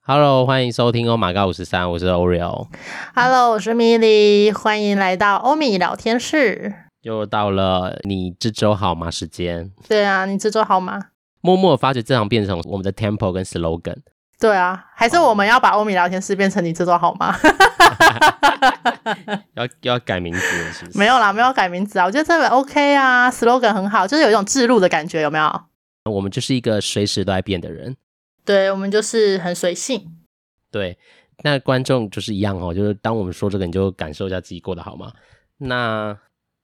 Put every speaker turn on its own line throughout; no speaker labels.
Hello，欢迎收听《欧玛高五十三》，我是 Oreo，
Hello，我是米莉，欢迎来到欧米聊天室。
又到了你这周好吗时间。
对啊，你这周好吗？
默默发觉这场变成我们的 tempo 跟 slogan，
对啊，还是我们要把欧米聊天室变成你这周好吗？
要要改名字了是不是？
没有啦，没有改名字啊，我觉得这个 OK 啊，slogan 很好，就是有一种制入的感觉，有没有？
我们就是一个随时都在变的人。
对，我们就是很随性。
对，那观众就是一样哦，就是当我们说这个，你就感受一下自己过得好吗？那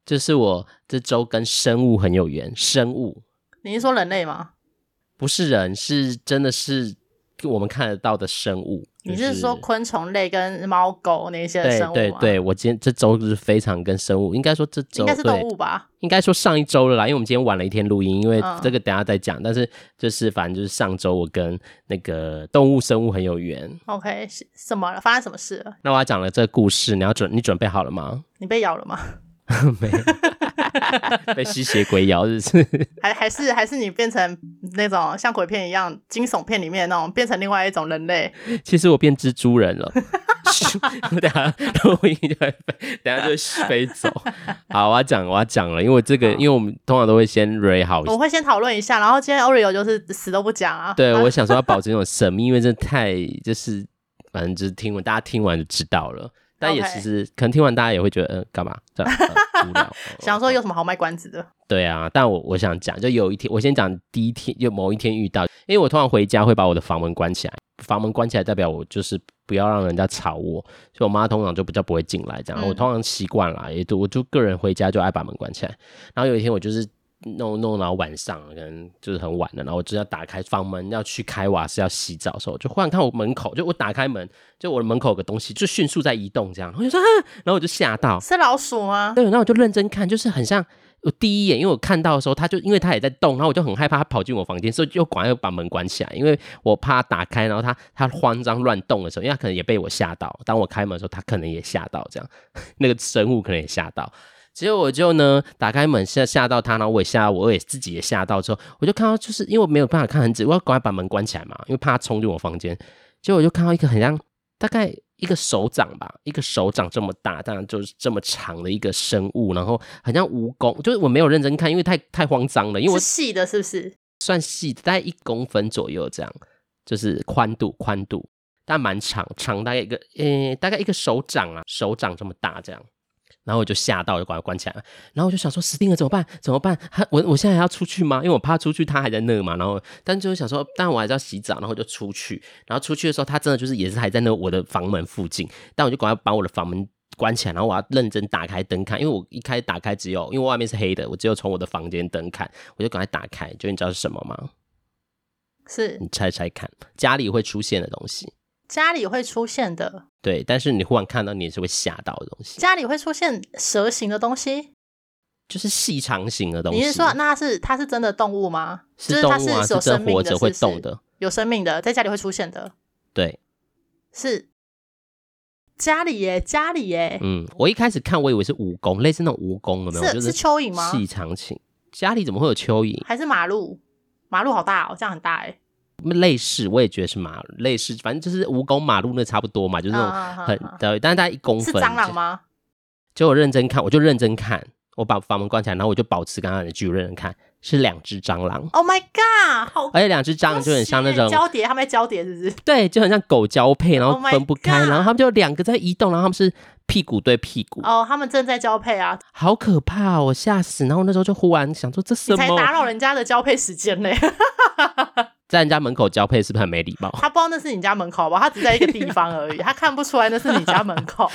就是我这周跟生物很有缘，生物
你是说人类吗？
不是人，是真的是我们看得到的生物。
你
就是
说昆虫类跟猫狗那些
对
生物吗？
对对，我今天这周就是非常跟生物，应该说这周
应该是
对
动物吧？
应该说上一周了啦，因为我们今天晚了一天录音，因为
嗯
这个等一下再讲。但是就是反正就是上周我跟那个动物生物很有缘。
OK，是什么了？发生什么事了？
那我要讲了这个故事，你要准你准备好了吗？
你被咬了吗？
没 有，被吸血鬼咬是不是？
还还是还是你变成那种像鬼片一样惊悚片里面那种，变成另外一种人类？
其实我变蜘蛛人了。咻我等一下录音就会飞，等一下就飞走。好，我要讲，我要讲了，因为这个，因为我们通常都会先 re 好
我会先讨论一下，然后今天 Oreo 就是死都不讲啊。
对，我想说要保持那种神秘，因为这太就是反正就是听完大家听完就知道了，但也
OK
其实可能听完大家也会觉得，嗯、干嘛这样、呃无聊？
想说有什么好卖关子的？
对啊，但我我想讲，就有一天，我先讲第一天，就某一天遇到，因为我通常回家会把我的房门关起来，房门关起来代表我就是不要让人家吵我，所以我妈通常就比较不会进来，这样、
嗯
我通常习惯了，也就我就个人回家就爱把门关起来，然后有一天我就是。弄弄到晚上，可能就是很晚了，然后我就要打开房门，要去开瓦斯，要洗澡的时候，就忽然看我门口，就我打开门，就我的门口有个东西就迅速在移动，这样，我就说啊，然后我就吓到，
是老鼠吗？
对，然后我就认真看，就是很像我第一眼，因为我看到的时候，它就因为它也在动，然后我就很害怕它跑进我房间，所以就赶快把门关起来，因为我怕它打开，然后它它慌张乱动的时候，因为它可能也被我吓到，当我开门的时候，它可能也吓到，这样 那个生物可能也吓到。结果我就呢打开门吓吓到它，然后我也吓到我，我也自己也吓到之后，我就看到就是因为我没有办法看很仔细，我要赶快把门关起来嘛，因为怕它冲进我房间。结果我就看到一个很像大概一个手掌吧，一个手掌这么大，当然就是这么长的一个生物，然后很像蜈蚣，就是我没有认真看，因为太太慌张了，因为我
是细的，是不是？
算细，大概一公分左右这样，就是宽度宽度，但蛮长，长大概一个呃大概一个手掌啊，手掌这么大这样。然后我就吓到，我就把它关起来了。然后我就想说，死定了，怎么办？怎么办？还我我现在还要出去吗？因为我怕出去它还在那嘛。然后，但就是想说，但我还是要洗澡，然后就出去。然后出去的时候，它真的就是也是还在那我的房门附近。但我就赶快把我的房门关起来，然后我要认真打开灯看，因为我一开始打开只有，因为外面是黑的，我只有从我的房间灯看，我就赶快打开。就你知道是什么吗？
是
你猜猜看，家里会出现的东西。
家里会出现的，
对，但是你忽然看到，你也是会吓到的东西，
家里会出现蛇形的东西。
就是细长型的东西。
你是说，那它是它是真的动物吗？就是它
动
是
物啊，
有
真
生
活
命的，
着会
是不
动
是
的。
有生命的，在家里会出现的，
对，
是家里耶，家里耶，
嗯，我一开始看我以为是蜈蚣，类似那种蜈蚣，有没有？
是
就是
蚯蚓吗？
细长型。家里怎么会有蚯蚓？
还是马路？马路好大哦，这样很大哎。
类似，我也觉得是马类似，反正就是蜈蚣马路那差不多嘛，就是那
嗯嗯
种
嗯
很
嗯
对，但是大概一公
是
分。
蟑螂吗？
就我认真看，我就认真看，我把房门关起来，然后我就保持刚刚的距离认真看，是两只蟑螂，
Oh my god！好，
而且两哎只蟑螂就很像那种
交叠，他们在交叠是不是？
对，就很像狗交配，然后
Oh my
分不开
God
然后他们就两个在移动，然后他们是屁股对屁股，
哦，他们正在交配啊！
好可怕哦，吓死！然后那时候就忽然想说，这
你
什
才打
么？哦
扰人家的交配时间呢。
在人家门口交配是不是很没礼貌？
他不知道那是你家门口吧？他只在一个地方而已，他看不出来那是你家门口。
哦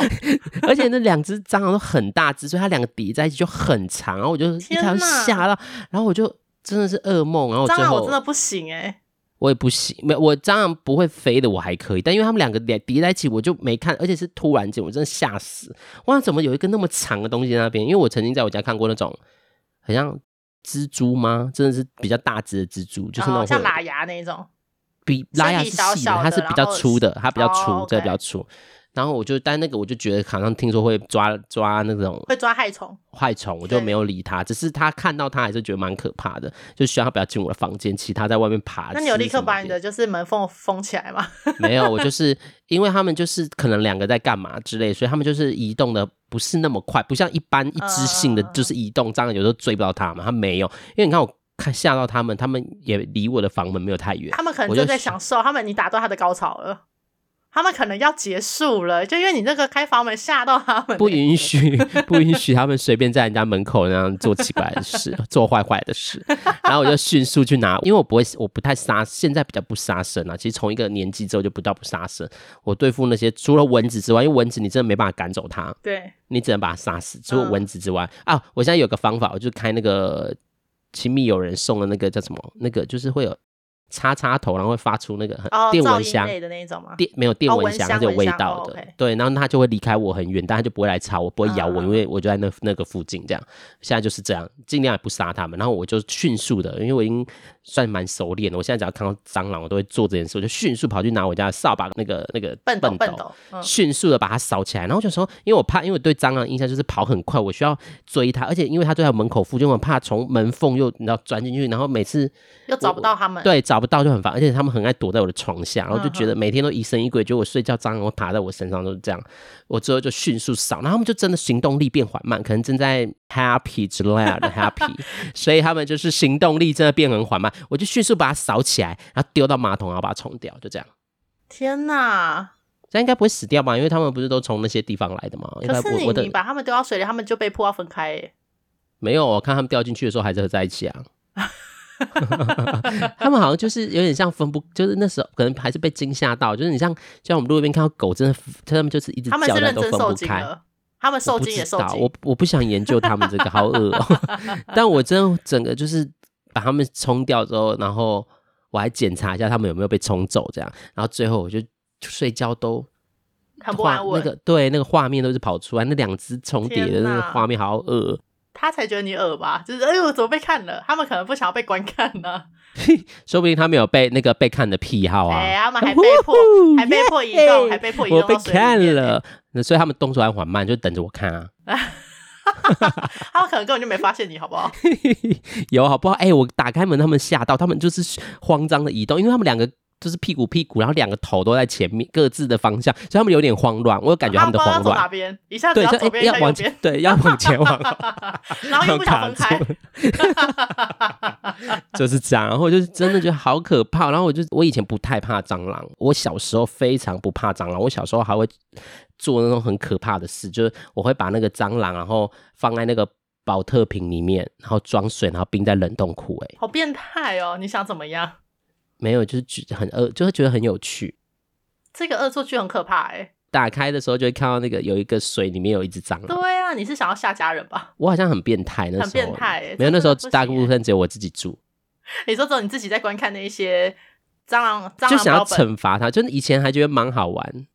而且那两只蟑螂都很大只，所以它两个叠在一起就很长，然后我就一
天
开始
哪
吓到，然后我就真的是噩梦，然后
蟑
最
螂
后
我真的不行哎，
我也不行，没有我蟑螂不会飞的，我还可以，但因为他们两个叠叠在一起，我就没看，而且是突然间，我真的吓死！哇，怎么有一个那么长的东西在那边？因为我曾经在我家看过那种，很像蜘蛛吗？真的是比较大只的蜘蛛，就是那种
哦
会有
像喇牙那种。
比拉雅
身
是
体
细
小
的，
小
它
的
是比较
然后
粗的，它比较
哦
粗，
，OK
这个比较粗。然后我就但那个我就觉得好像听说会抓抓那种
会抓害虫。
坏虫，我就
对
没有理他。只是他看到他还是觉得蛮可怕的，就希望他不要进我的房间，其他在外面爬。
那你有
啊吃
立刻
什么
把
别
你的就是门缝封起来吗？
没有，我就是因为他们就是可能两个在干嘛之类，所以他们就是移动的不是那么快，不像一般一致性的
嗯嗯嗯
就是移动，这样有时候追不到他们，他没有，因为你看我看吓到他们，他们也离我的房门没有太远，
他们可能
我就
正在
想
享受，他们你打断他的高潮了，他们可能要结束了，就因为你那个开房门吓到他们、欸
不允 许不允许他们随便在人家门口那样做奇怪的事，做坏坏的事，然后我就迅速去拿，因为我不会，我不太杀，现在比较不杀生啊。其实从一个年纪之后就不到不杀生，我对付那些除了蚊子之外，因为蚊子你真的没办法赶走它，
对，
你只能把它杀死。除了
嗯
蚊子之外、啊，我现在有个方法，我就开那个亲密友人送的那个叫什么？那个就是会有插插头，然后会发出那个很
哦，
电
噪
蚊
音
香。
类的那一种吗？
电没有电
哦
蚊
蚊
香，
香
它是有
蚊
味
香
道
哦
的。
，OK
对，然后它就会离开我很远，但它就不会来吵我，不会咬我，
嗯嗯
因为我就在那那个附近这样。现在就是这样，尽量也不杀它们。然后我就迅速的，因为我已经算蛮熟练了，我现在只要看到蟑螂，我都会做这件事，我就迅速跑去拿我家的扫把，那个那个
笨
斗
斗笨斗，嗯，
迅速的把它扫起来，然后我就说，因为我怕，因为我对蟑螂的印象就是跑很快，我需要追它，而且因为它就在我门口附近，我很怕从门缝又你知道钻进去，然后每次
又找不到他们，
对，找不到就很烦，而且他们很爱躲在我的床下，然后就
嗯
觉得每天都疑神疑鬼，觉得我睡觉蟑螂会爬在我身上都是这样。我之后就迅速扫，然后他们就真的行动力变缓慢，可能正在 happy 之类 的 happy，所以他们就是行动力真的变很缓慢。我就迅速把它扫起来，然后丢到马桶，然后把它冲掉，就这样。
天哪！
这样应该不会死掉吧？因为他们不是都从那些地方来的吗？应该
可是
我
你
我的
你把他们丢到水里，他们就被迫要分开耶。
没有，我看他们掉进去的时候还是合在一起啊。 他们好像就是有点像分不，就是那时候可能还是被惊吓到，就是你像就像我们路边看到狗，真的他们就是一直
他们
叫，
是
但
认
都
真
分
受
不
精
开。
了，他们受
我不
精也
知
受
道，
精
我。我不想研究他们这个，好恶哦、 但我真的整个就是把他们冲掉之后，然后我还检查一下他们有没有被冲走，这样，然后最后我就睡觉都
很不
画
安
那
稳
个对那个画面都是跑出来，那两只重叠的
天
那
哪
个画面好恶。
他才觉得你恶吧？就是哎呦，怎么被看了？他们可能不想要被观看呢。
说不定他们有被那个被看的癖好啊。
哎，他们还被迫
呼呼
还被迫移
耶
动，还被迫移动
我被
到水里
看
面耶
了，那所以他们动作还缓慢，就等着我看啊。
他们可能根本就没发现你，好不好？
有好不好？哎、我打开门，他们吓到，他们就是慌张的移动，因为他们两个就是屁股屁股，然后两个头都在前面各自的方向，所以他们有点慌乱。我有感觉
他
们的
不知道
慌
要走哪
乱，
边，一下子
对，
要
就
左
哎、
边，一下
要
子右
往前
边，，
对，要往前往后。
然后又不
卡
想分开
住， 就是这样。然后我就是真的觉得好可怕。然后我就我以前不太怕蟑螂，我小时候非常不怕蟑螂。我小时候还会做那种很可怕的事，就是我会把那个蟑螂然后放在那个保特瓶里面，然后装水，然后冰在冷冻库、欸。
好变态哦！你想怎么样？
没有，就是觉很恶，就会觉得很有趣。
这个恶作剧很可怕哎、
打开的时候就会看到那个有一个水里面有一只 蟑螂，
对啊，你是想要吓家人吧？
我好像很变态那时候，
很变态欸
没有那时候
这真的不行欸
大部分只有我自己住，
你说只有你自己在观看那一些蟑螂蟑
就
螂
想要
标本，
惩罚他，就是以前还觉得蛮好玩。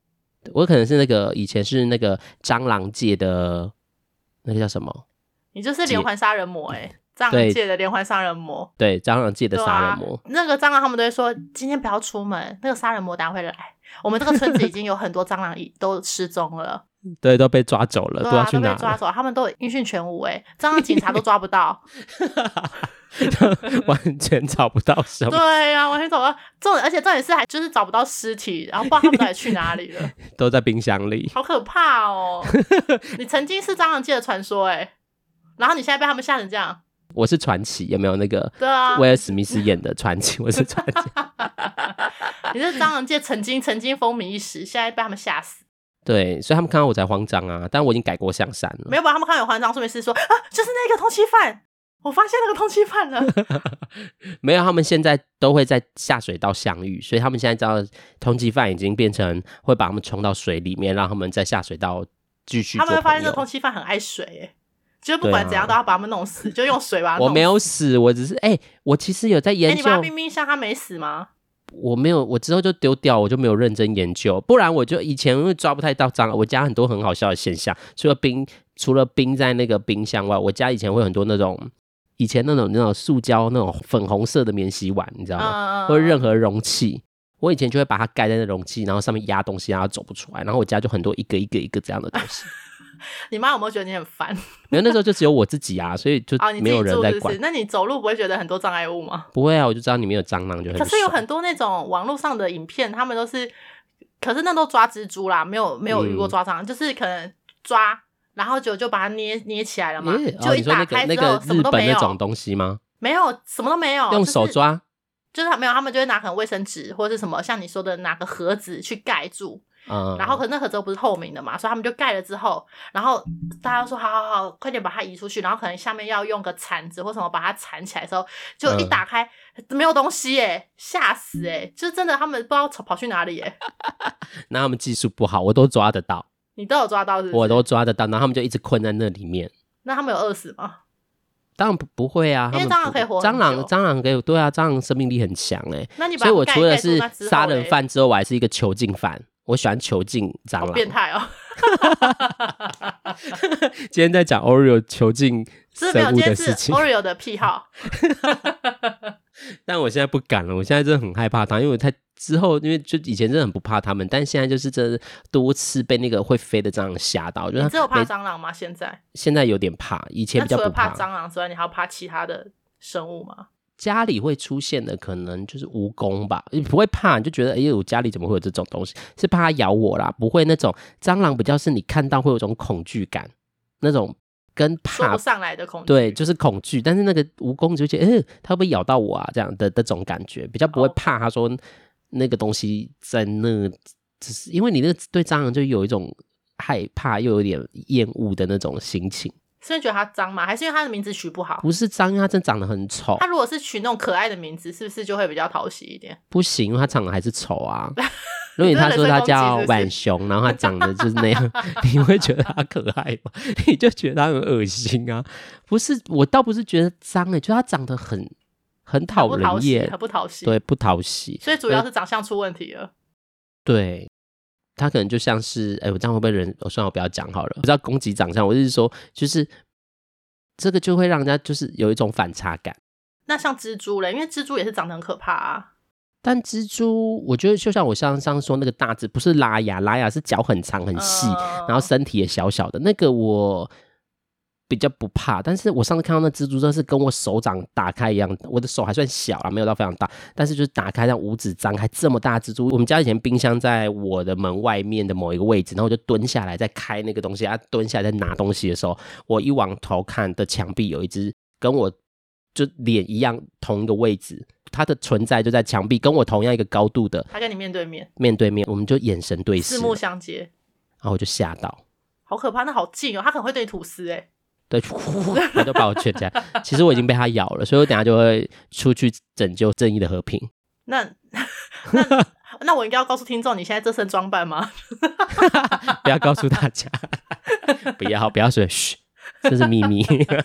我可能是那个以前是那个蟑螂界的那个叫什么？
你就是连环杀人魔哎、蟑
对
螂界的连环杀人魔。
嗯对，蟑螂界的
对
杀人魔
啊。，那个蟑螂他们都会说今天不要出门，那个杀人魔等下会来。我们这个村子已经有很多蟑螂已都失踪了，
对，都被抓走了，呃不
对
知道
啊，
去
都
哪
被抓
了，
走，他们都有音讯全无哎、蟑螂警察都抓不 到，
完全找不到什么，
对啊呀、完全找不到。重点，而且重点是还就是找不到尸体，然后不知道他们到底去哪里了，
都在冰箱里。
好可怕哦！ 你曾经是蟑螂界的传说哎、然后你现在被他们吓成这样，
我是传奇，有没有那个
对啊，
威尔史密斯演的传奇？我是传奇。
你是蟑螂界曾经曾经风靡一时，现在被他们吓死。
对，所以他们看到我才慌张啊，但我已经改过向善了。
没有把他们看到有慌张，说明是说啊，就是那个通缉犯，我发现那个通缉 犯了。
没有，他们现在都会在下水道相遇，所以他们现在知道通缉犯已经变成会把他们冲到水里面，让他们在下水道继续
他
做
们会发现
朋
那个通
友。
缉犯很爱水、欸，就是不
对
管
啊
怎样都要把他们弄 死，就用水把他弄
我
死。
没有死，我只是哎、我其实有在
哎、
研
你
究，
把他冰冰箱，他没死吗？
我没有，我之后就丢掉，我就没有认真研究，不然我就以前因为抓不太到蟑螂，我家很多很好笑的现象，除了冰，除了冰在那个冰箱外，我家以前会有很多那种以前那种那种塑胶那种粉红色的免洗碗，你知道吗？
嗯，
或者任
何
何容器。我以前就会把它盖在那容器，然后上面压东西，然后走不出来。然后我家就很多一个一个一个这样的东 西。
你妈有没有觉得你很 烦？
没有，那时候就只有我自己啊，所以就
啊，你自
没
己
有人
住
在
是不
管。
是？那你走路不会觉得很多障碍物吗？
不会啊，我就知道里面有蟑螂，就很
可是有
爽
很多那种网络上的影片，他们都是，可是那都抓蜘蛛啦，没有没有遇过
嗯
抓蟑螂，就是可能抓，然后就就把它捏捏起来了嘛，
耶
就
哦，
一
你说
打
那个
开之
那
后、
个
什
日
么都
本
没
那种
有，
东西吗？
没有什么都没有，
用
就是
手抓？
就是他没有，他们就会拿可能卫生纸或是什么，像你说的拿个盒子去盖住，
嗯，
然后可是那盒子又不是透明的嘛，所以他们就盖了之后，然后大家都说好好好，快点把它移出去，然后可能下面要用个铲子或什么把它铲起来的时候，就一
嗯
打开、没有东西耶，吓死哎！就是真的他们不知道跑去哪里耶，
那他们技术不好，我都抓得到，
你都有抓到是不是？
我都抓得到，然后他们就一直困在那里面。
那他们有饿死吗？
当然不不会啊，
因为
他们
蟑螂
不
可以活很
蟑螂
久
蟑螂可以对啊，蟑螂生命力很强哎、
那你把
所以我
盖
除了
盖住
是
那之后
杀人
嘞，
犯之后，我还是一个囚禁犯。我喜欢囚禁蟑
好
螂。
变态哦、
今天在讲 Oreo 囚禁
是没有，
生物
今天
的
是
事情，
Oreo 的癖好，
但我现在不敢了。我现在真的很害怕它，因为我太之后，因为就以前真的很不怕它们，但现在就是真的多次被那个会飞的蟑螂吓到，就
你
是
只有
它
怕
每
蟑螂吗？现在？
现在有点怕，以前
那
比
除
较
了
不
怕蟑螂之外，你还要怕其他的生物吗？
家里会出现的可能就是蜈蚣吧，你不会怕，你就觉得哎呦，我家里怎么会有这种东西？是怕它咬我啦，不会那种蟑螂比较是你看到会有种恐惧感，那种跟
说
怕
不上来的恐惧。
对，就是恐惧。但是那个蜈蚣你就觉得，呃，它会不会咬到我啊？这样的那种感觉，比较不会
哦
怕。他说那个东西在那，只是因为你那个对蟑螂就有一种害怕，又有点厌恶的那种心情。
是因为觉得它脏吗？还是因为它的名字取不好？
不是蟑螂，它真的长得很丑
它，如果是取那种可爱的名字，是不是就会比较讨喜一点？
不行，因为它长得还是丑 啊。如果你
你真的
他说他叫
人身攻击是不是
浣熊，然后他长得就是那样，你会觉得他可爱吗？ 你就觉得他很恶心啊？不是，我倒不是觉得脏诶、欸，就他长得很很
很
讨
不
人
讨喜，
厌，
很不讨喜。，
对，不讨喜。
所以主要是长相出问题了。
对，他可能就像是，哎、我这样会不会人？我算了，我不要讲好了，不知道攻击长相，我是说，就是这个就会让人家就是有一种反差感。
那像蜘蛛嘞，因为蜘蛛也是长得很可怕啊。
但蜘蛛，我觉得就像我上上说那个大只，不是拉雅，拉雅是脚很长很细，
嗯
然后身体也小小的，那个我比较不怕。但是我上次看到那蜘蛛，真的是跟我手掌打开一样，我的手还算小啊，没有到非常大，但是就是打开让五指张开这么大的蜘嗯蛛。我们家以前冰箱在我的门外面的某一个位置，然后我就蹲下来在开那个东西，啊，蹲下来在拿东西的时候，我一往头看的墙壁有一只跟我就脸一样同一个位置。它的存在就在墙壁，跟我同样一个高度的
它跟你面对面，
面对面，我们就眼神对视
四
了，
目相接，
然后我就吓到，
好可怕。那好近哦，它可能会对你吐丝哎。
对，他就 把我圈起来。其实我已经被他咬了，所以我等下就会出去拯救正义的和平。
那 那那我应该要告诉听众，你现在这身装扮吗？
不要告诉大家， 不要不要说，嘘，这是秘密。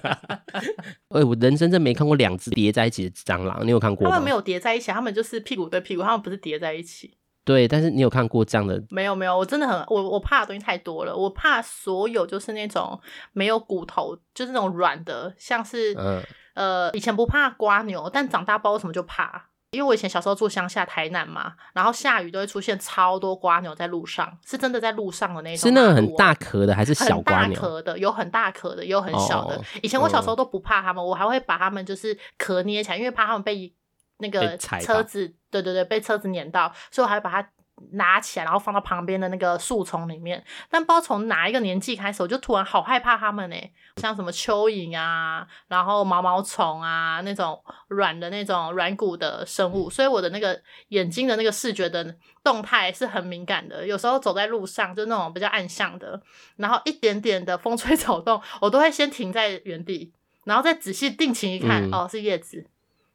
哎，我人生真没看过两只叠在一起的蟑螂，你有看过
他
吗？
们没有叠在一起，他们就是屁股对屁股，他们不是叠在一起。
对，但是你有看过这样的？
没有没有，我真的很我我怕的东西太多了，我怕所有就是那种没有骨头，就是那种软的，像是、
嗯
呃以前不怕瓜牛，但长大不知道为什么就怕，因为我以前小时候住乡下台南嘛，然后下雨都会出现超多瓜牛在路上，是真的在路上的那种，
是那个很大。壳的还是小
很
瓜
大
牛？
壳的，有很大壳的，也有很小的。
哦
以前我小时候都不怕它们，我还会把它们就是壳捏起来，因为怕它们被那个
被踩到
车子，对对对，被车子碾到，所以我还把它拿起来，然后放到旁边的那个树丛里面。但不知道从哪一个年纪开始，我就突然好害怕它们呢、欸像什么蚯蚓啊，然后毛毛虫啊那种软的那种软骨的生物，所以我的那个眼睛的那个视觉的动态是很敏感的。有时候走在路上，就那种比较暗巷的，然后一点点的风吹草动，我都会先停在原地，然后再仔细定睛一看，
嗯
哦，是叶子。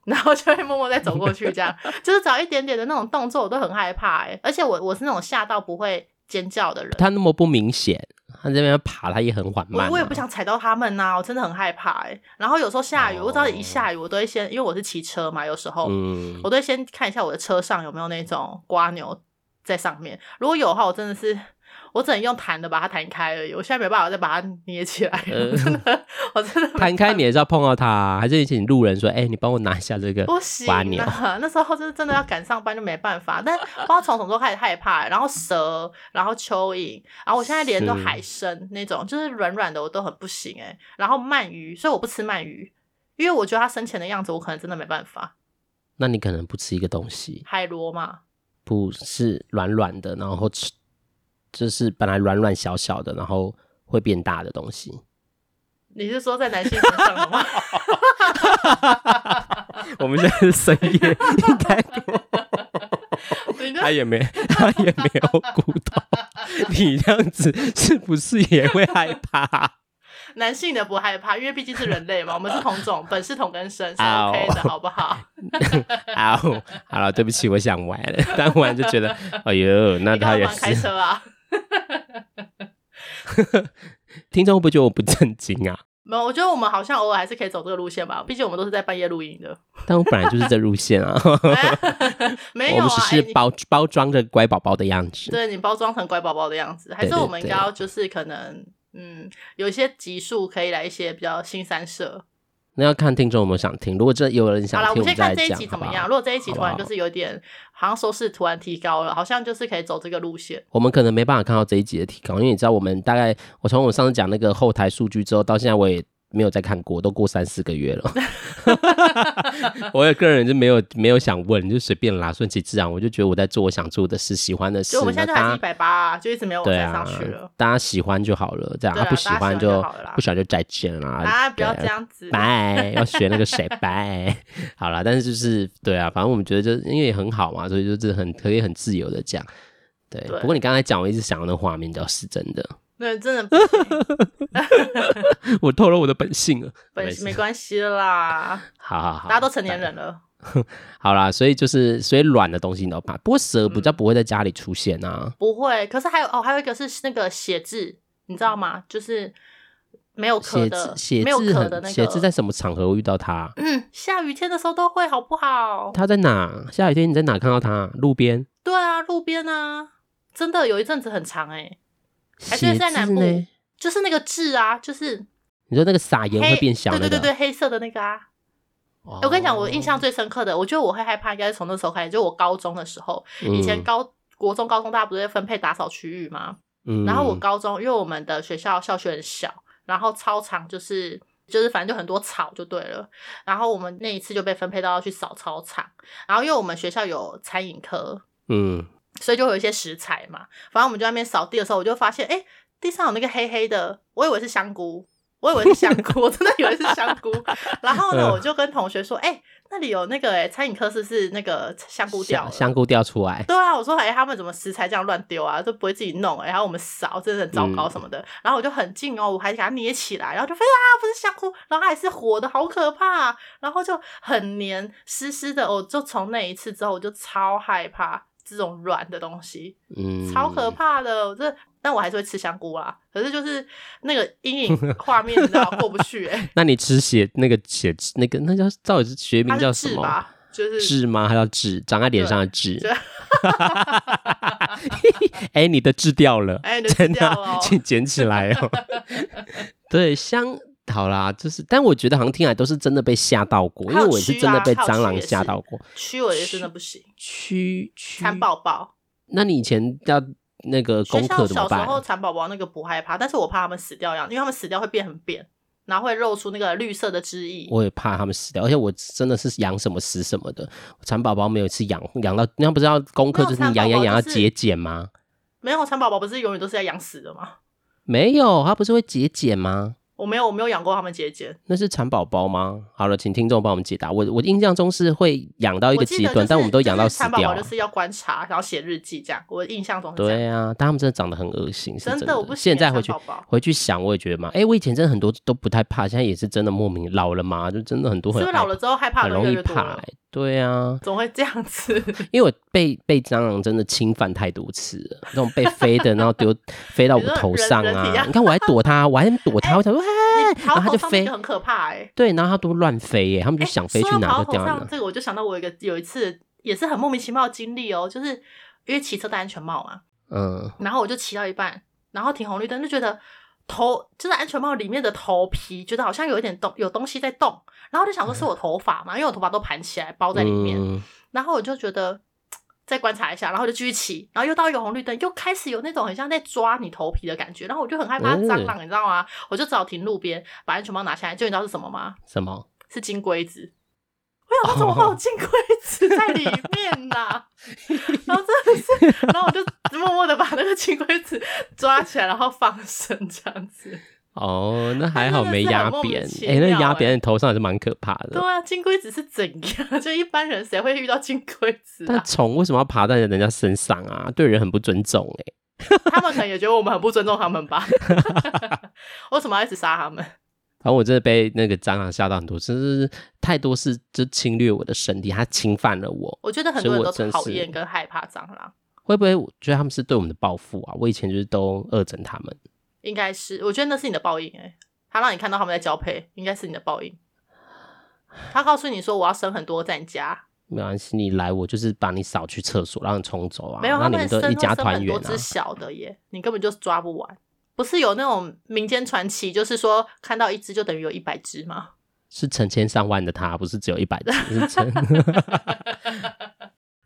然后就会默默再走过去，这样就是只要一点点的那种动作，我都很害怕哎、而且我我是那种吓到不会尖叫的人，
它那么不明显，它这边爬，它也很缓慢、啊
我我也不。想踩到他们呐、我真的很害怕哎、然后有时候下雨，我只要一下雨，我都会先，因为我是骑车嘛，有时候、
哦嗯
我，都会先看一下我的车上有没有那种瓜牛在上面。如果有的话，我真的是我只能用弹的把它弹开而已，我现在没办法再把它捏起来，
呃
我真的，我真 的没
弹开
办法
你也是要碰到它啊、还是请路人说，哎、你帮我拿一下这个
不行
瓜鸟？
啊！ 那时候就是真的要赶上班就没办法，但不知道从什么时候开始害怕、然后蛇，然后蚯蚓，然后我现在连都
是
海参那种，就是软软的我都很不行哎、然后鳗鱼，所以我不吃鳗鱼，因为我觉得它生前的样子我可能真的没办法。
那你可能不吃一个东西，
海螺嘛，
不是软软的，然后吃就是本来软软小小的，然后会变大的东西。
你是说在男性身上的吗？
我们现在是深夜，应该
你
他
的
也没他也没有骨头，你这样子是不是也会害 怕？
男性的不害怕，因为毕竟是人类嘛，我们是同 种，本是同根生，是
啊
OK 的，好不好？
啊，好了，对不起，我想歪 了，但忽然就觉得，哎呦，那
你干
他
嘛
也
帮开
是。
车啊？
听众会不会觉得我不正经啊？
没有，我觉得我们好像偶尔还是可以走这个路线吧，毕竟我们都是在半夜录音的。
但我本来就是这路线 啊，
没
我
有啊，
们只
哎
是
你
包包装着乖宝宝的样子。
对你包装成乖宝宝的样子，还是
对对
我们应该要就是可能嗯，有一些集数可以来一些比较新三社。
那要看听众有没有想听，如果真的有人想
好啦，我
听，
们
我
先
再
看这
来
一
讲
集
好
怎
不
么
好
样。？如果这一集
好
突
不
然
好
就是有点好像收视突然提高了，好像就是可以走这个路线。
我们可能没办法看到这一集的提纲，因为你知道，我们大概我从我上次讲那个后台数据之后，到现在我也没有再看过，都过三四个月 了。我也个人就没有没有想问，就随便啦，顺其自然。我就觉得我在做我想做的事，喜欢的事
就我们，现
那
在就还是
大
一
家
百八，就一直没有往
对
再
啊
上去了。，
大家喜欢就好了，这样
对啊
不喜欢
大家喜欢就
就
好了啦
不喜欢就再见啦。
啊，不要
对
这样子。
拜，要学那个谁拜。好啦，但是就是对啊，反正我们觉得就因为也很好嘛，所以就是很可以很自由的讲。对，
对
不过你刚才讲，我一直想到那画面，叫是真的，
对，真的不行，
我透露我的本性了。
本
没
事
事
没关系了啦，
好好 好，
大家都成年人了。
好啦，所以就是所以软的东西你都怕，不过蛇比较
嗯
不会在家里出现啊。
不会，可是还有哦，还有一个是那个写字，你知
嗯
道吗？就是没有壳
写
的
字，写
没有
字
壳的
很
那个。
写字在什么场合会遇到它？
嗯，下雨天的时候都会，好不好？
它在哪？下雨天你在哪看到它？路边？
对啊，路边啊，真的有一阵子很长哎、还
写
是
字
在南部
呢？
就是那个痣啊，就是
你说那个撒盐会
黑，
变小那
对
个？
对对对，黑色的那个啊。
哦
我跟你讲，我印象最深刻的，我觉得我会害怕，应该是从那时候开始，就我高中的时候，以前
嗯
高。国中、高中大家不是会分配打扫区域吗？
嗯
然后我高中，因为我们的学校校区很小，然后操场就是就是反正就很多草就对了。然后我们那一次就被分配到要去扫操场，然后因为我们学校有餐饮科，
嗯，
所以就会有一些食材嘛。反正我们就在那边扫地的时候，我就发现哎、诶地上有那个黑黑的，我以为是香菇。我以为是香菇，我 真的以为是香菇。然后呢，
嗯
我就跟同学说：“哎、那里有那个、诶餐饮科是不是那个香菇掉
香
了？
香菇掉出来。
对啊，我说哎、他们怎么食材这样乱丢啊，都不会自己弄、哎然后我们扫，真的很糟
嗯
糕什么的。然后我就很近哦，我还给它捏起来，然后就发现啊，不是香菇，然后还是活的，好可怕、啊然后就很黏，湿湿的。我就从那一次之后，我就超害怕这种软的东西，
嗯，
超可怕的。我这但我还是会吃香菇啊，可是就是那个阴 影画面，你知道过不去、哎，
那你吃血那个血那个 那叫到底是学名
它
叫什
是痣
么？
吧，就是
痣吗？还叫痣？长在脸上的痣
对。
哎、你的痣掉了，
哎你的痣
真的
掉了哦
请捡起来哦。 对，香好啦，就是，但我觉得好像听来都是真的被吓到过，因
还
为
有
我也是
蛆
真的
啊
被
还有
蟑
蛆
螂
也是
吓到过。
蛆，我也真的不行，
蛆蛆，
蚕宝宝。
那你以前要那个
学
功课
校
怎么
小时
办？
候蚕宝宝那个不害怕，但是我怕它们死掉一样，因为它们死掉会变很扁，然后会露出那个绿色的汁液。
我也怕他们死掉，而且我真的是养什么死什么的。蚕宝宝没有一次养养到，那不是要功课
没有
就是
蚕
养
宝
养
宝
养要
就是
节俭吗？
没有蚕宝宝不是永远都是在养死的吗？
没有，它不是会节俭吗？
我没有，我没有养过它们节俭。
那是蚕宝宝吗？好了，请听众帮我们解答。我我印象中是会养到一个
我记
极
得
端，
就是
但我们都养到死
就是蚕宝
掉
宝
啊、
就是要观察，然后写日记这样。我印象中是这样。
对啊，但他们真的长得很恶心，是
真的
的。
我不喜
现
欢
在回去
蚕宝宝
回去想，我也觉得嘛，哎、我以前真的很多都不太怕，现在也是真的莫名老了嘛，就真的很多
是
很
不是老了之后害
哎
怕
很
的
容
越来
易
越多
怕、
了？
欸。对啊，
总会这 样子，
因为我被被蟑螂真的侵犯太多次了，那种被飞的，然后 丢飞到我
你说
头
人
上
人体
啊！
啊
你看我还躲它，我还躲 它，我想说，哎
你
然
跑
后它
头
就
上
飞
面就，很可怕哎、欸。
对，然后它都乱飞耶，他们就
哎
想飞
说
去
到
哪
跑
就
头
掉
上
哪。
这个我就想到我有一个有一次也是很莫名其妙的经历哦，就是因为骑车戴安全帽嘛，
嗯，
然后我就骑到一半，然后停红绿灯，就觉得头就是安全帽里面的头皮，觉得好像有一点动，有东西在动，然后就想说是我头发嘛，因为我头发都盘起来包在里面，
嗯
然后我就觉得再观察一下，然后就继续骑，然后又到一个红绿灯，又开始有那种很像在抓你头皮的感觉，然后我就很害怕
哦
蟑螂，你知道吗？我就只好停路边，把安全帽拿下来，就你知道是什么吗？
什么？
是金龟子。我想说怎么会有金龟子在里面呐、然后真的是，然后我就默默的把那个金龟子抓起来，然后放生这样子。
哦，那还好没压扁
那真的是很莫名。其
哎、那
妙
压
哎
扁在你头上也是蛮可怕
对
的。
啊，金龟子是怎样？就一般人谁会遇到金龟子
但
啊？
虫为什么要爬在人家身上啊？对人很不尊重哎、
他们可能也觉得我们很不尊重他们吧？ 为什么要一直杀他们？
然后我真的被那个蟑螂吓到很多，真是太多是就侵略我的身体，它侵犯了我。
我觉得很多人都
所以我真是
讨厌跟害怕蟑螂，
会不会我觉得他们是对我们的报复啊？我以前就是都恶整他们。
应该是我觉得那是你的报应哎、他让你看到他们在交配，应该是你的报应。他告诉你说我要生很多在你家，
没关系，你来我就是把你扫去厕所，让你冲走啊，
没有，
让
他
你
们
们
生
都一
都
家
生
团
很
圆
多
啊
只。小的耶，你根本就抓不完。不是有那种民间传奇，就是说看到一只就等于有一百只吗？
是成千上万的它，不是只有一百只，是 成。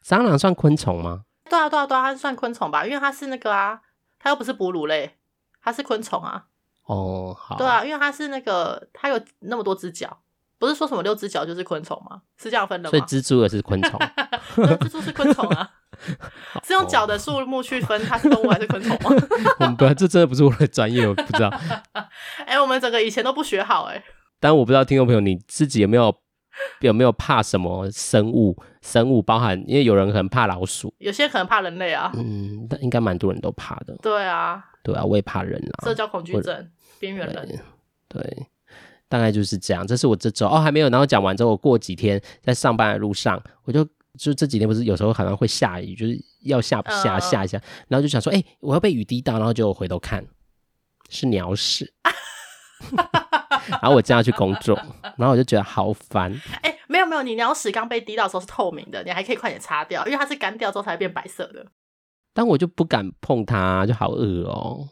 蟑螂算昆虫吗？
对啊，对啊，对啊，它算昆虫吧，因为它是那个啊，它又不是哺乳类，它是昆虫啊。
哦，好，
对啊，因为它是那个，它有那么多只脚，不是说什么六只脚就是昆虫吗？是这样分的
所以
吗？
蜘蛛也是昆虫。
对蜘蛛是昆虫啊，是用脚的数目去分它是动物还是昆虫吗？
我们不要，这真的不是我的专业，我不知道。
哎、我们整个以前都不学好哎、
但我不知道听众朋友你自己有没有有没有怕什么生物？生物包含，因为有人可能怕老鼠，
有些人可能怕人类啊，
嗯，但应该蛮多人都怕的，
对啊，
对啊，我也怕人啊
这，叫恐惧症，边缘人。
呃对。大概就是这样，这是我这周哦还没有。然后讲完之后，我过几天在上班的路上，我就就这几天不是有时候好像会下雨，就是要下不下
嗯
下一下，然后就想说，哎、我要被雨滴到，然后就回头看是鸟屎， 然后我这样去工作，然后我就觉得好烦。
哎、没有没有，你鸟屎刚被滴到的时候是透明的，你还可以快点擦掉，因为它是干掉之后才会变白色的。
但我就不敢碰它，就好恶哦。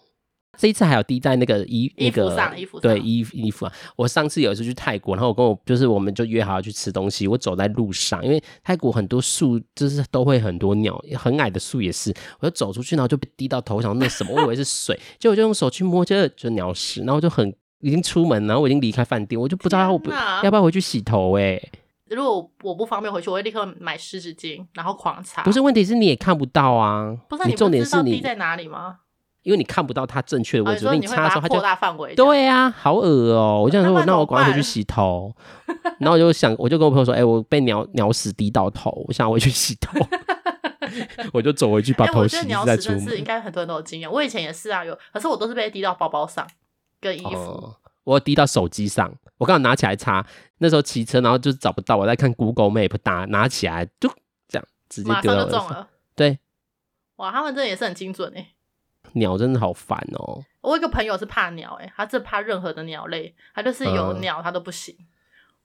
这一次还有滴在那个衣
衣
那
服
个
上衣服上
对衣衣服啊。我上次有一次去泰国，然后我跟我就是我们就约好要去吃东西，我走在路上，因为泰国很多树就是都会很多鸟，很矮的树也是，我就走出去，然后就被滴到头，想说那什么，我以为是水，结果我就用手去摸，就就鸟屎，然后我就很已经出门，然后我已经离开饭店，我就不知道要不
天哪
要不要回去洗头哎、
如果我不方便回去，我会立刻买湿纸巾，然后狂擦。
不是，问题是你也看不到啊，
不是
你
不
重点
知道
是
滴
你，
在哪里吗？
因为你看不到它正确的
啊，
位
你
置，
说
所以
你
你
会
擦的
把
时
它
候它就
扩大范围。，哎
对啊，好恶哦、我就想说，
那
我
不然
那我赶快
怎么
回去
办
洗头。然后我就想，我就跟我朋友说，哎、我被鸟鸟屎滴到头，我想回去洗 头。我就走回去把
哎、
头
我觉
洗
得
一
鸟
洗再
屎
出
真是应
门。
该很多人都有经验，我以前也是啊，有，可是我都是被滴到包包上跟衣服。
哦，我滴到手机上，我刚好拿起来擦。那时候骑车，然后就是找不到，我在看 Google Map，打拿起来就这样直接
马
丢
上
到
就
我的
中
手。
了，
对，
哇！他们真的也是很精准哎、
鸟真的好烦哦、
我有一个朋友是怕鸟、欸，他是怕任何的鸟类，他就是有
嗯
鸟他都不行。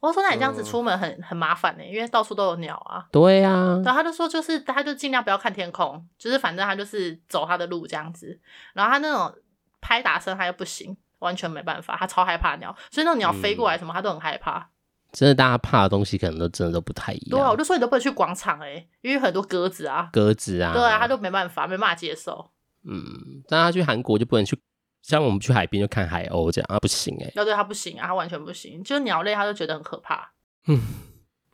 我说那你这样子
嗯
出门很很麻烦呢、欸因为到处都有鸟啊。
对啊，
然后他就说，就是他就尽量不要看天空，就是反正他就是走他的路这样子。然后他那种拍打声他又不行，完全没办法，他超害怕鸟，所以那种鸟飞过
嗯
来什么、他都很害怕。
真的大家怕的东西可能都真的都不太一
对啊，我
样。
就说你都不能去广场哎、因为很多鸽子啊。
鸽子啊，
对啊，他都没办法，没办法接受。
嗯，大家去韩国就不能去，像我们去海边就看海鸥这样啊，不行哎、
要对他不行啊，他完全不行。就鸟类，他就觉得很可怕。
嗯，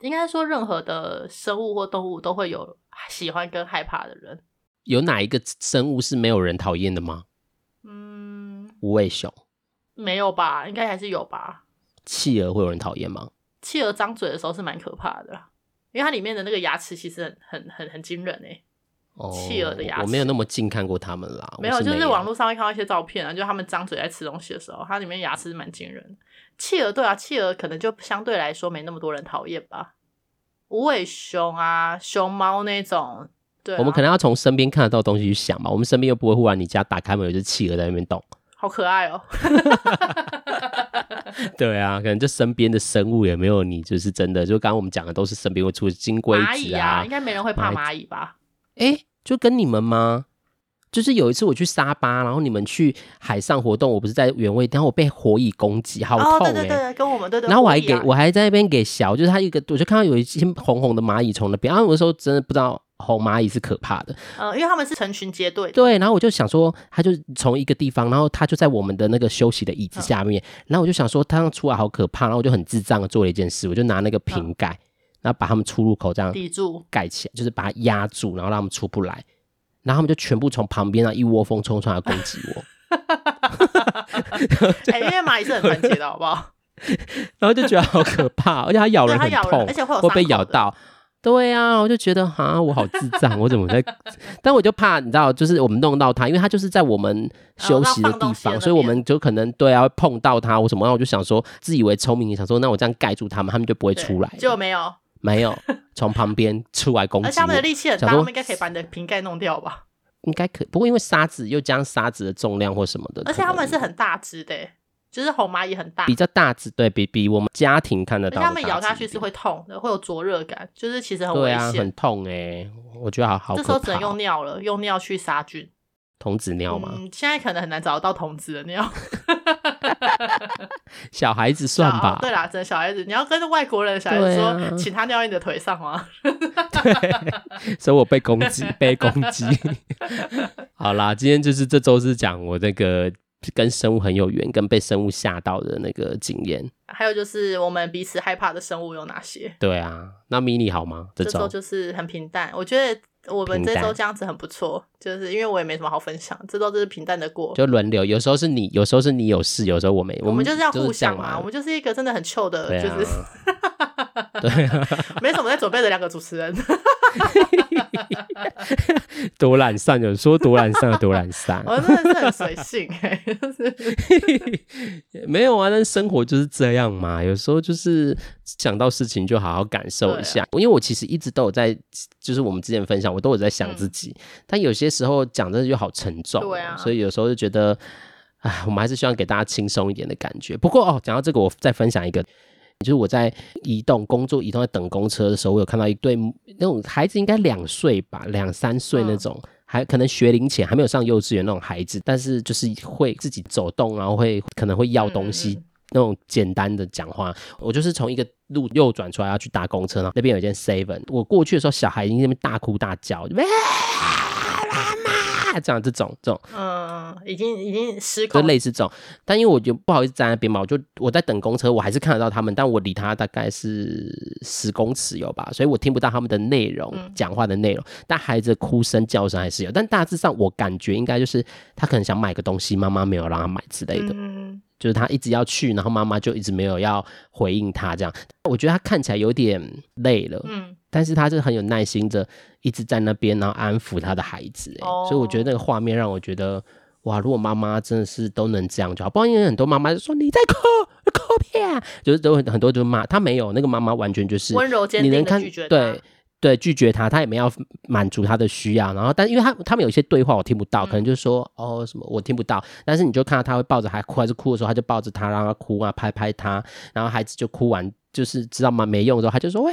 应该说，任何的生物或动物都会有喜欢跟害怕的人。
有哪一个生物是没有人讨厌的吗？
嗯，
无尾熊、
没有吧？应该还是有吧。
企鹅会有人讨厌吗？
企鹅张嘴的时候是蛮可怕的啦，因为它里面的那个牙齿其实很很很很惊人欸诶、
哦，
企鹅的牙齿
我没有那么近看过它们啦，
没
我
有，
哦是
就是网络上会看到一些照片啊，就他们张嘴在吃东西的时候，它里面牙齿是蛮惊人的。企鹅对啊，企鹅可能就相对来说没那么多人讨厌吧。无尾熊啊，熊猫那种，对啊、
我们可能要从身边看得到的东西去想吧，我们身边又不会忽然你家打开门有只企鹅在那边动，
好可爱哦、
对啊，可能就身边的生物也没有你就是真的，就刚刚我们讲的都是身边会出金龟
蚂蚁
子
啊，
啊
应，该没人会怕
蚂
蚂蚁吧？
哎、就跟你们吗？就是有一次我去沙巴，然后你们去海上活动，我不是在原位，然后我被火蚁攻击，好
哦，
痛哎、
对对对，啊跟我们对对。
然后我还
不一
给
样
我还在那边给小，就是他一个，我就看到有一些红红的蚂蚁从那边，然后啊我那时候真的不知道红蚂蚁是可怕的，
呃，因为他们是成群结队的，
对，然后我就想说，他就从一个地方，然后他就在我们的那个休息的椅
嗯
子下面，然后我就想说，他出来好可怕，然后我就很智障的做了一件事，我就拿那个
嗯
瓶盖，然后把他们出入口这样
抵住，
盖起来，就是把它压住，然后让他们出不来，然后他们就全部从旁边啊一窝蜂冲上来攻击我，
哎、因为蚂蚁是很团结的，好不好？
然后就觉得 好可怕，而且它咬
对，
人
它
很
咬
痛
人，而，且会有
会被
伤口
咬
的。
到。对啊，我就觉得哈，我好智障，我怎么 在？但我就怕你知道，就是我们弄到它，因为它就是在我们休息的
哦那放东
地
西的
方，
那
所以我
边
们就可能对啊会碰到它或什么。然后我就想说，自以为聪明，想说那我这样盖住它们，它们就不会
对
出来了。
结果没有，
没 有从旁边出来攻
而且
击
他们的
我，
力气很
想
大，他
说
们应该可以把你的瓶盖弄 掉吧？
应该可。不过因为沙子又加上沙子的重量或什么的，
而且
可
他们
能
是很大只的、欸就是红蚂蚁很大，
比较大只，对比比我们家庭看得
而且
到。
他们咬下去是。会痛的，会有灼热感，就是其实很
对
危
啊，
险。
很痛哎、我觉得好好
这时候
可
只能
怕
用
哦。
尿了，用尿去杀菌。
童子尿吗？
嗯，现在可能很难找得到童子的尿，
小孩子算
小
吧。
啊哦对啦，只能小孩子，你要跟外国人的小孩子
对
说，
啊
请他尿在你的腿上吗？
对，所以我被攻击，被攻击。 好啦，今天就是这周是讲我那个跟生物很有缘，跟被生物吓到的那个经验。
还有就是我们彼此害怕的生物有哪些？
对啊，那迷你好吗？这
这周
周
就是很平淡，我觉得我们
平
这
淡
周这样子很不错，就是因为我也没什么好分享，这周就是平淡的过。
就轮流，有时候是你，有时候是你有事，有时候我没。
我
们
们就是要
这样
互相
嘛
嘛，我们就是一个真的很 chill 的，
对
就
啊
是
对啊，
没什么在准备的两个主持人。
多懒散，有说多懒散，有多懒散。
我真的是很随性哎、 就是
没有啊，但是生活就是这样嘛。有时候就是想到事情就好好感
啊
受一下，因为我其实一直都有在，就是我们之前分享，我都有在想自己，但有些时候讲真的就好沉重哦、
嗯对啊
所以有时候就觉得，唉，我们还是希望给大家轻松一点的感觉。不过哦，讲到这个，我再分享一个。就是我在移动工作、移动在等公车的时候，我有看到一对那种孩子，应该两岁吧，两三岁那
嗯
种，还可能学龄前还没有上幼稚园那种孩子，但是就是会自己走动，然后会可能会要东西。
嗯嗯
那种简单的讲话，我就是从一个路右转出来要去搭公车，然后那边有一间 Seven，我过去的时候，小孩已经在那边大哭大叫，就 这样这种这种，
嗯，已经已经失
就
控，
类似这种。但因为我就不好意思站在那边嘛，我就我在等公车，我还是看得到他们，但我离他大概是十公尺有吧，所以我听不到他们的内容，
嗯
讲话的内容。但孩子的哭声、叫声还是有，但大致上我感觉应该就是他可能想买个东西，妈妈没有让他买之类的，
嗯，
就是他一直要去，然后妈妈就一直没有要回应他这样。我觉得他看起来有点累了，
嗯，
但是他是很有耐心的，一直在那边，然后安抚他的孩子、欸。
哦
所以我觉得那个画面让我觉得，哇，如果妈妈真的是都能这样就好，不然因为很多妈妈就说你在哭，哭屁啊，就是都很很多就骂他没有，那个妈妈完全就是
温柔坚
你
定
能
的
看
拒绝他，
对。对，拒绝他，他也没要满足他的需要。然后，但因为他他们有一些对话我听不到，可
嗯
能就是说哦什么我听不到，但是你就看到他会抱着孩哭还是哭的时候，他就抱着他让他哭啊，拍拍他，然后孩子就哭完，就是知道吗？没用的时候，他就说喂，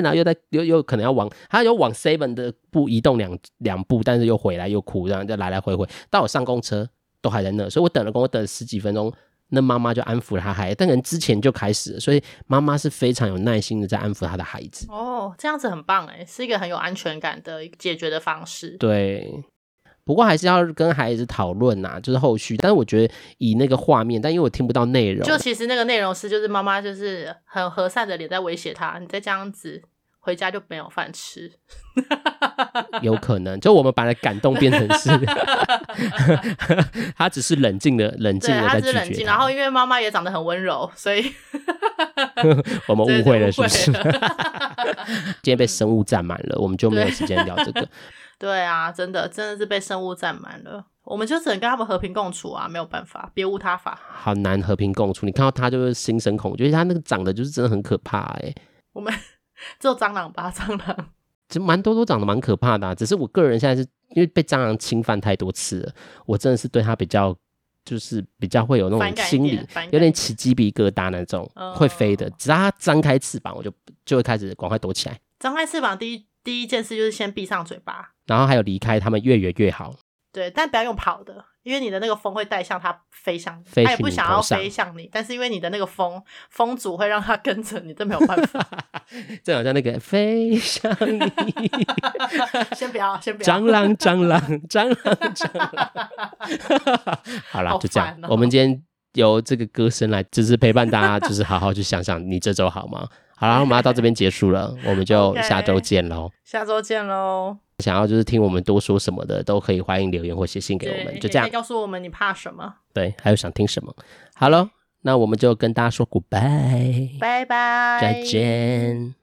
然后又在又又可能要往他又往 seven 的步移动两两步，但是又回来又哭，然后就来来回回。到我上公车都还在那，所以我等了公，我等了十几分钟。那妈妈就安抚他孩子，但可能之前就开始了，所以妈妈是非常有耐心的在安抚他的孩子。
哦，这样子很棒哎，是一个很有安全感的一个解决的方式。
对，不过还是要跟孩子讨论呐、就是后续。但是我觉得以那个画面，但因为我听不到内容，
就其实那个内容是，就是妈妈就是很和善的脸在威胁他，你再这样子回家就没有饭吃。
有可能就我们把它感动变成是， 他只是冷静的、冷静
对，
的
他
在
只是冷
拒绝
静，
他。
然后因为妈妈也长得很温柔，所以
我们哦误会了，是不是？
对对误会
今天被生物占满了，我们就没有
对
时间聊这个。
对啊，真的真的是被生物占满了，我们就只能跟他们和平共处啊，没有办法，别无他法。
好难和平共处。你看到他就是心生恐惧，他那个长得就是真的很可怕哎、
我们 只有蟑螂吧，蟑螂。
其实蛮多都长得蛮可怕的啊、只是我个人现在是因为被蟑螂侵犯太多次了，我真的是对它比较就是比较会有那
反
种
感一
心
点
理
反感
有点起鸡皮疙瘩那种、
哦
会飞的，只要它张开翅膀，我就就会开始赶快躲起来，
张开翅膀第一第一件事就是先闭上嘴巴，
然后还有离开它们越远越好。
对，但不要用跑的，因为你的那个风会带向它飞向你，
飞
它也
去
不
你
想
头
要
上
飞向你，但是因为你的那个风风阻会让它跟着你，这没有办 法。
这好像那个飞向你，
先不要，先不要。
蟑螂，蟑螂， 蟑螂，蟑螂。 好啦，
好
就这样
烦哦。
我们今天由这个歌声来，就是陪伴大家，就是好好去想想你这周好吗？好啦，我们要到这边结束 了，我们就
OK
下周见喽。
下周见喽。
想要就是听我们多说什么的，都可以欢迎留言或写信给我
对
们。
也
就这样
可以，告诉我们你怕 什么。
对，还有想听什么？好了，那我们就跟大家说 goodbye，
拜拜，
再见。